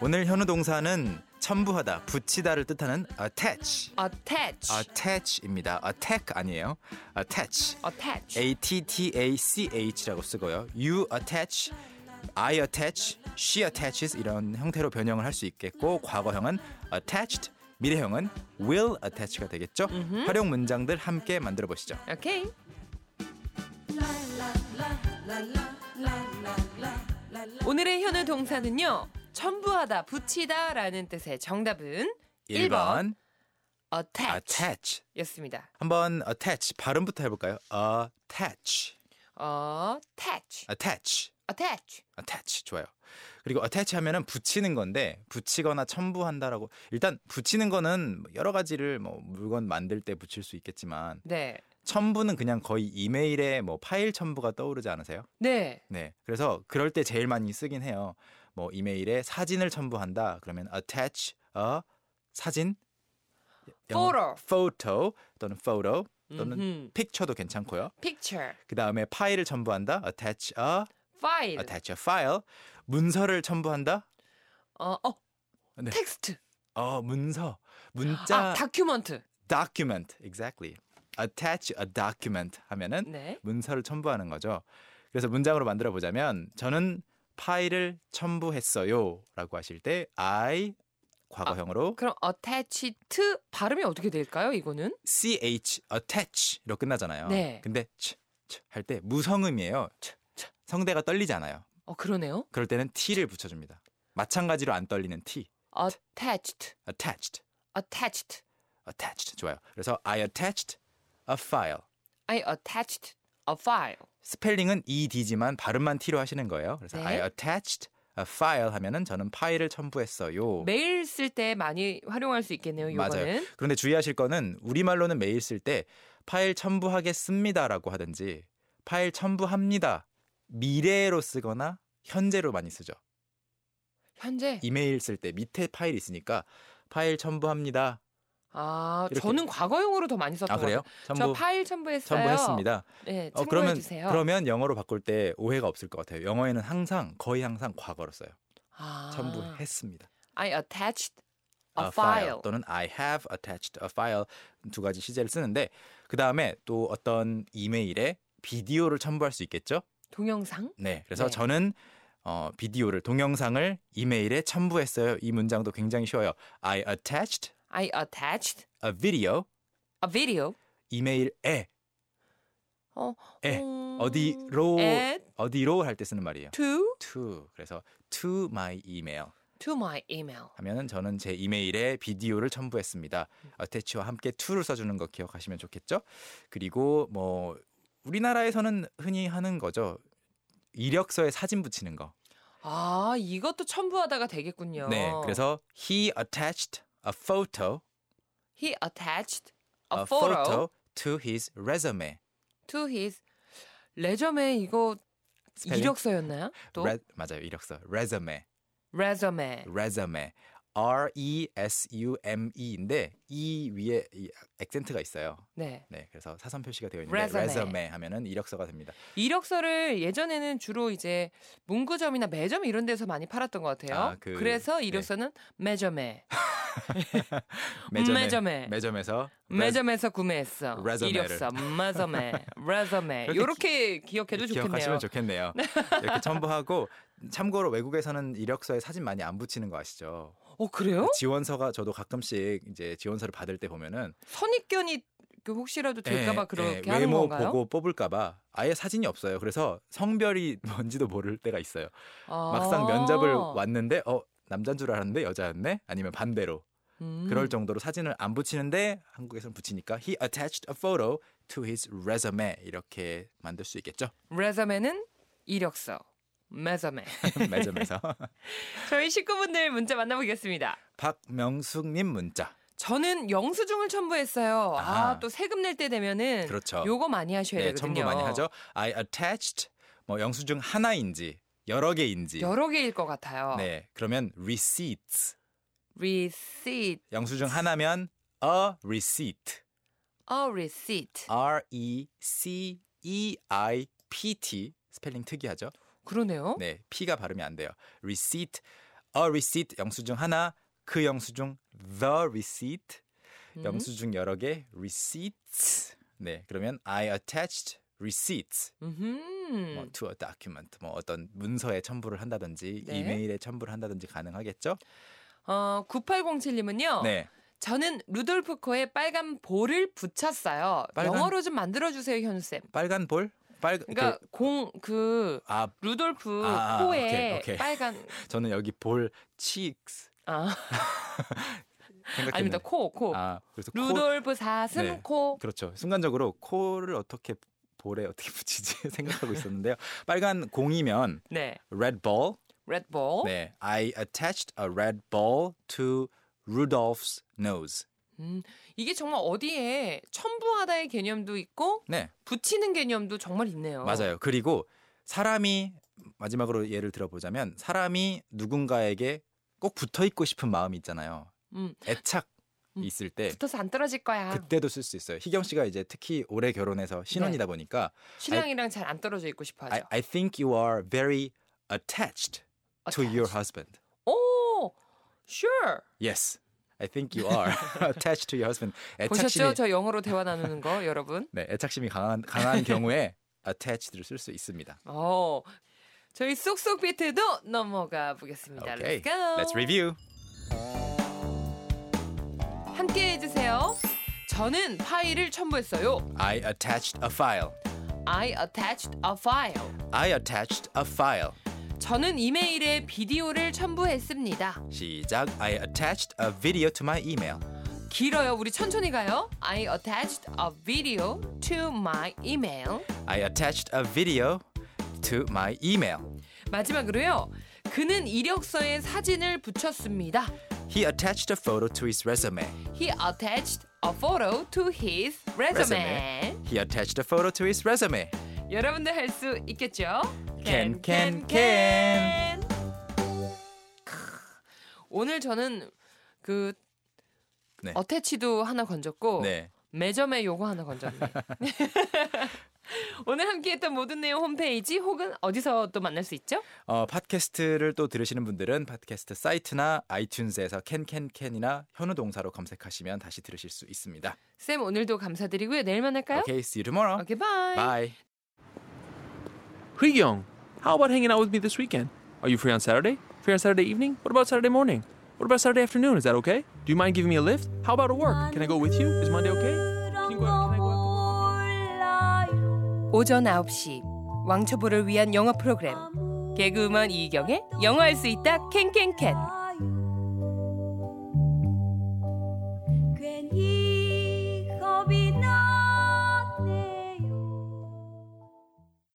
오늘 현우 동사는 첨부하다, 붙이다를 뜻하는 attach, attach, attach입니다. attack 아니에요. attach, attach. a t t a c h라고 쓰고요. you attach, I attach, she attaches 이런 형태로 변형을 할 수 있겠고 과거형은 attached, 미래형은 will attach가 되겠죠. 활용 문장들 함께 만들어 보시죠. 오케이. 오늘의 현우 동사는요. 첨부하다, 붙이다라는 뜻의 정답은 1번 attach attach. 였습니다. 한번 attach 발음부터 해 볼까요? attach. attach, attach. attach. attach 좋아요. 그리고 attach 하면은 붙이는 건데 붙이거나 첨부한다라고 일단 붙이는 거는 여러 가지를 뭐 물건 만들 때 붙일 수 있겠지만 네. 첨부는 그냥 거의 이메일에 뭐 파일 첨부가 떠오르지 않으세요? 네. 네. 그래서 그럴 때 제일 많이 쓰긴 해요. 뭐 이메일에 사진을 첨부한다. 그러면 attach a 사진 Photo. 영어- photo 또는 photo 또는 음흠. picture도 괜찮고요. picture, 그다음에 파일을 첨부한다. attach a file. 아, attach a file. 문서를 첨부한다. 어, 어. 네. 텍스트. 어, 문서. 문자 아, 다큐먼트. 음? document exactly. attach a document 하면은 네. 문서를 첨부하는 거죠. 그래서 문장으로 만들어 보자면 저는 파일을 첨부했어요라고 하실 때 I 과거형으로 아, 그럼 attach to 발음이 어떻게 될까요? 이거는? ch attach로 끝나잖아요. 네. 근데 할 때 무성음이에요. ch, ch. 성대가 떨리지 않아요. 어, 그러네요. 그럴 때는 t를 붙여 줍니다. 마찬가지로 안 떨리는 t. attached, attached. attached. attached. 좋아요. 그래서 I attached a file. I attached a file. 스펠링은 ed지만 발음만 t로 하시는 거예요. 그래서 네. I attached a file 하면은 저는 파일을 첨부했어요. 매일 쓸 때 많이 활용할 수 네, 있겠네요. 맞아요. 이거는. 그런데 주의하실 거는 우리말로는 메일 쓸 때 파일 첨부하겠습니다라고 하든지 파일 첨부합니다 미래로 쓰거나 현재로 많이 쓰죠. 현재 이메일 쓸 때 밑에 파일 있으니까 파일 첨부합니다. 아 이렇게. 저는 과거용으로 더 많이 썼던 아 그래요? 것 첨부 같아요. 어, 저 파일 첨부했어요. 첨부했습니다. 네, 참고해 어, 그러면 주세요. 그러면 영어로 바꿀 때 오해가 없을 것 같아요. 영어에는 항상 거의 항상 과거로 써요. 아, 첨부했습니다. I attached a, a file. file 또는 I have attached a file 두 가지 시제를 쓰는데 그 다음에 또 어떤 이메일에 비디오를 첨부할 수 있겠죠? 동영상. 네, 그래서 네. 저는 어, 비디오를 동영상을 이메일에 첨부했어요. 이 문장도 굉장히 쉬워요. I attached I attached a video a video. 이메일에 어, 에, 음, 예, 어디로 at 어디로 할 때 쓰는 말이에요. to to 그래서 to my email to my email. 하면은 저는 제 이메일에 비디오를 첨부했습니다. attach와 함께 to를 써주는 거 기억하시면 좋겠죠. 그리고 뭐 우리나라에서는 흔히 하는 거죠. 이력서에 사진 붙이는 거. 아 이것도 첨부하다가 되겠군요. 네, 그래서 he attached a photo he attached a, a photo, 아, photo to his resume. to his 레저메 이거 스펠링? 이력서였나요? 또 Re- 맞아요. 이력서. resume. resume. resume. R E S U M E인데 이 위에 이 액센트가 있어요. 네. 네. 그래서 사선 표시가 되어 있는데 Resume. resume, 하면은 이력서가 됩니다. 이력서를 예전에는 주로 이제 문구점이나 매점 이런 데서 많이 팔았던 것 같아요. 아, 그- 래서 이력서는 매점에 매점에. 매점에서 매점에서 구매했어. resume를. 이력서 매점에 매점에 그렇게 이렇게 기억해도 좋겠네요. 기억하시면 좋겠네요. 이렇게 첨부하고 참고로 외국에서는 이력서에 사진 많이 안 붙이는 거 아시죠? 어 그래요? 지원서가 저도 가끔씩 이제 지원서를 받을 때 보면은 선입견이 그 혹시라도 예, 될까봐 예, 그렇게 하는 외모 건가요? 보고 뽑을까봐 아예 사진이 없어요. 그래서 성별이 뭔지도 모를 때가 있어요. 아. 막상 면접을 왔는데 어 남자인 줄 알았는데 여자였네? 아니면 반대로 음. 그럴 정도로 사진을 안 붙이는데 한국에서는 붙이니까 he attached a photo to his resume 이렇게 만들 수 있겠죠? 레자매는 이력서. 매자매. 매점에서 저희 식구분들 문자 만나보겠습니다. 박명숙님 문자 저는 영수증을 첨부했어요. 아 아하. 또 세금 낼 때 되면은 그렇죠. 요거 많이 하셔야 네, 되거든요. 첨부 많이 하죠. I attached 뭐 영수증 하나인지 여러 개인지 여러 개일 것 같아요. 네 그러면 receipts receipt, 영수증 하나면 a receipt A receipt. R E C E I P T 스펠링 특이하죠? 그러네요. 네, P가 발음이 안 돼요. receipt, a receipt 영수증 하나, 그 영수증 the receipt 음. 영수증 여러 개 receipts. 네, 그러면 I attached receipts 음흠. 뭐, to a document. 뭐 어떤 문서에 첨부를 한다든지 네. 이메일에 첨부를 한다든지 가능하겠죠? 어, 9807님은요. 네, 저는 루돌프 코에 빨간 볼을 붙였어요. 빨간- 영어로 좀 만들어 주세요, 현쌤. 빨간 볼, 빨 그러니까 공 그 그, 아 루돌프 아, 아, 코에 오케이, 오케이. 빨간 저는 여기 볼 cheeks 아, 생각했는데 아닙니다. 코, 코. 아, 그래서 코- 루돌프 사슴 네. 코. 그렇죠. 순간적으로 코를 어떻게 볼에 어떻게 붙이지 생각하고 있었는데요. 빨간 공이면 네. red ball. 레드볼. 네, I attached a red ball to Rudolph's nose. 음, 이게 정말 어디에 첨부하다의 개념도 있고 네, 붙이는 개념도 정말 있네요. 맞아요. 그리고 사람이 마지막으로 예를 들어보자면 사람이 누군가에게 꼭 붙어 있고 싶은 마음이 있잖아요. 음. 애착 음. 아. 이 있을 때 붙어서 안 떨어질 거야. 네. 그때도 쓸 수 있어요. 희경 씨가 이제 특히 올해 네. 결혼해서 신혼이다 보니까 신랑이랑 잘 안 떨어져 있고 싶어 하죠. I, I think you are very attached to your Attached. husband. 오, sure. Yes, I think you are attached to your husband. 보셨죠? 애착심이 저 영어로 대화 나누는 거 여러분. 네, 애착심이 강한 강한 경우에 attached를 쓸 수 있습니다. 어, 저희 쏙쏙 비트도 넘어가 보겠습니다. Okay, Let's go. let's review. 함께 해주세요. 저는 파일을 첨부했어요. I attached a file. I attached a file. I attached a file. 저는 이메일에 비디오를 첨부했습니다. 시작. I attached a video to my email. 길어요. 우리 천천히 가요. I attached a video to my email. I attached a video to my email. 마지막으로요. 그는 이력서에 사진을 붙였습니다. He attached a photo to his resume. He attached a photo to his resume. He attached a photo to his resume. 여러분들 할 수 있겠죠? Can, can, can. 크, 오늘 저는 그 네. 어태치도 하나 건졌고 네. 매점에 요거 하나 건졌네. 오늘 함께했던 모든 내용 홈페이지 혹은 어디서 또 만날 수 있죠? 어, 팟캐스트를 또 들으시는 분들은 팟캐스트 사이트나 아이튠즈에서 캔캔캔이나 현우 동사로 검색하시면 다시 들으실 수 있습니다. 쌤 오늘도 감사드리고요. 내일 만날까요? 네. Okay, see you tomorrow. 오케이 바이. Bye. Young, how about hanging out with me this weekend? Are you free on Saturday? Free on Saturday evening? What about Saturday morning? What about Saturday afternoon? Is that okay? Do you mind giving me a lift? How about at work? Can I go with you? Is Monday okay? Can you go out? Can I go out? 오전 9시 왕초보를 위한 영어 프로그램 개그우먼 이경의 영어할 수 있다 캔캔캔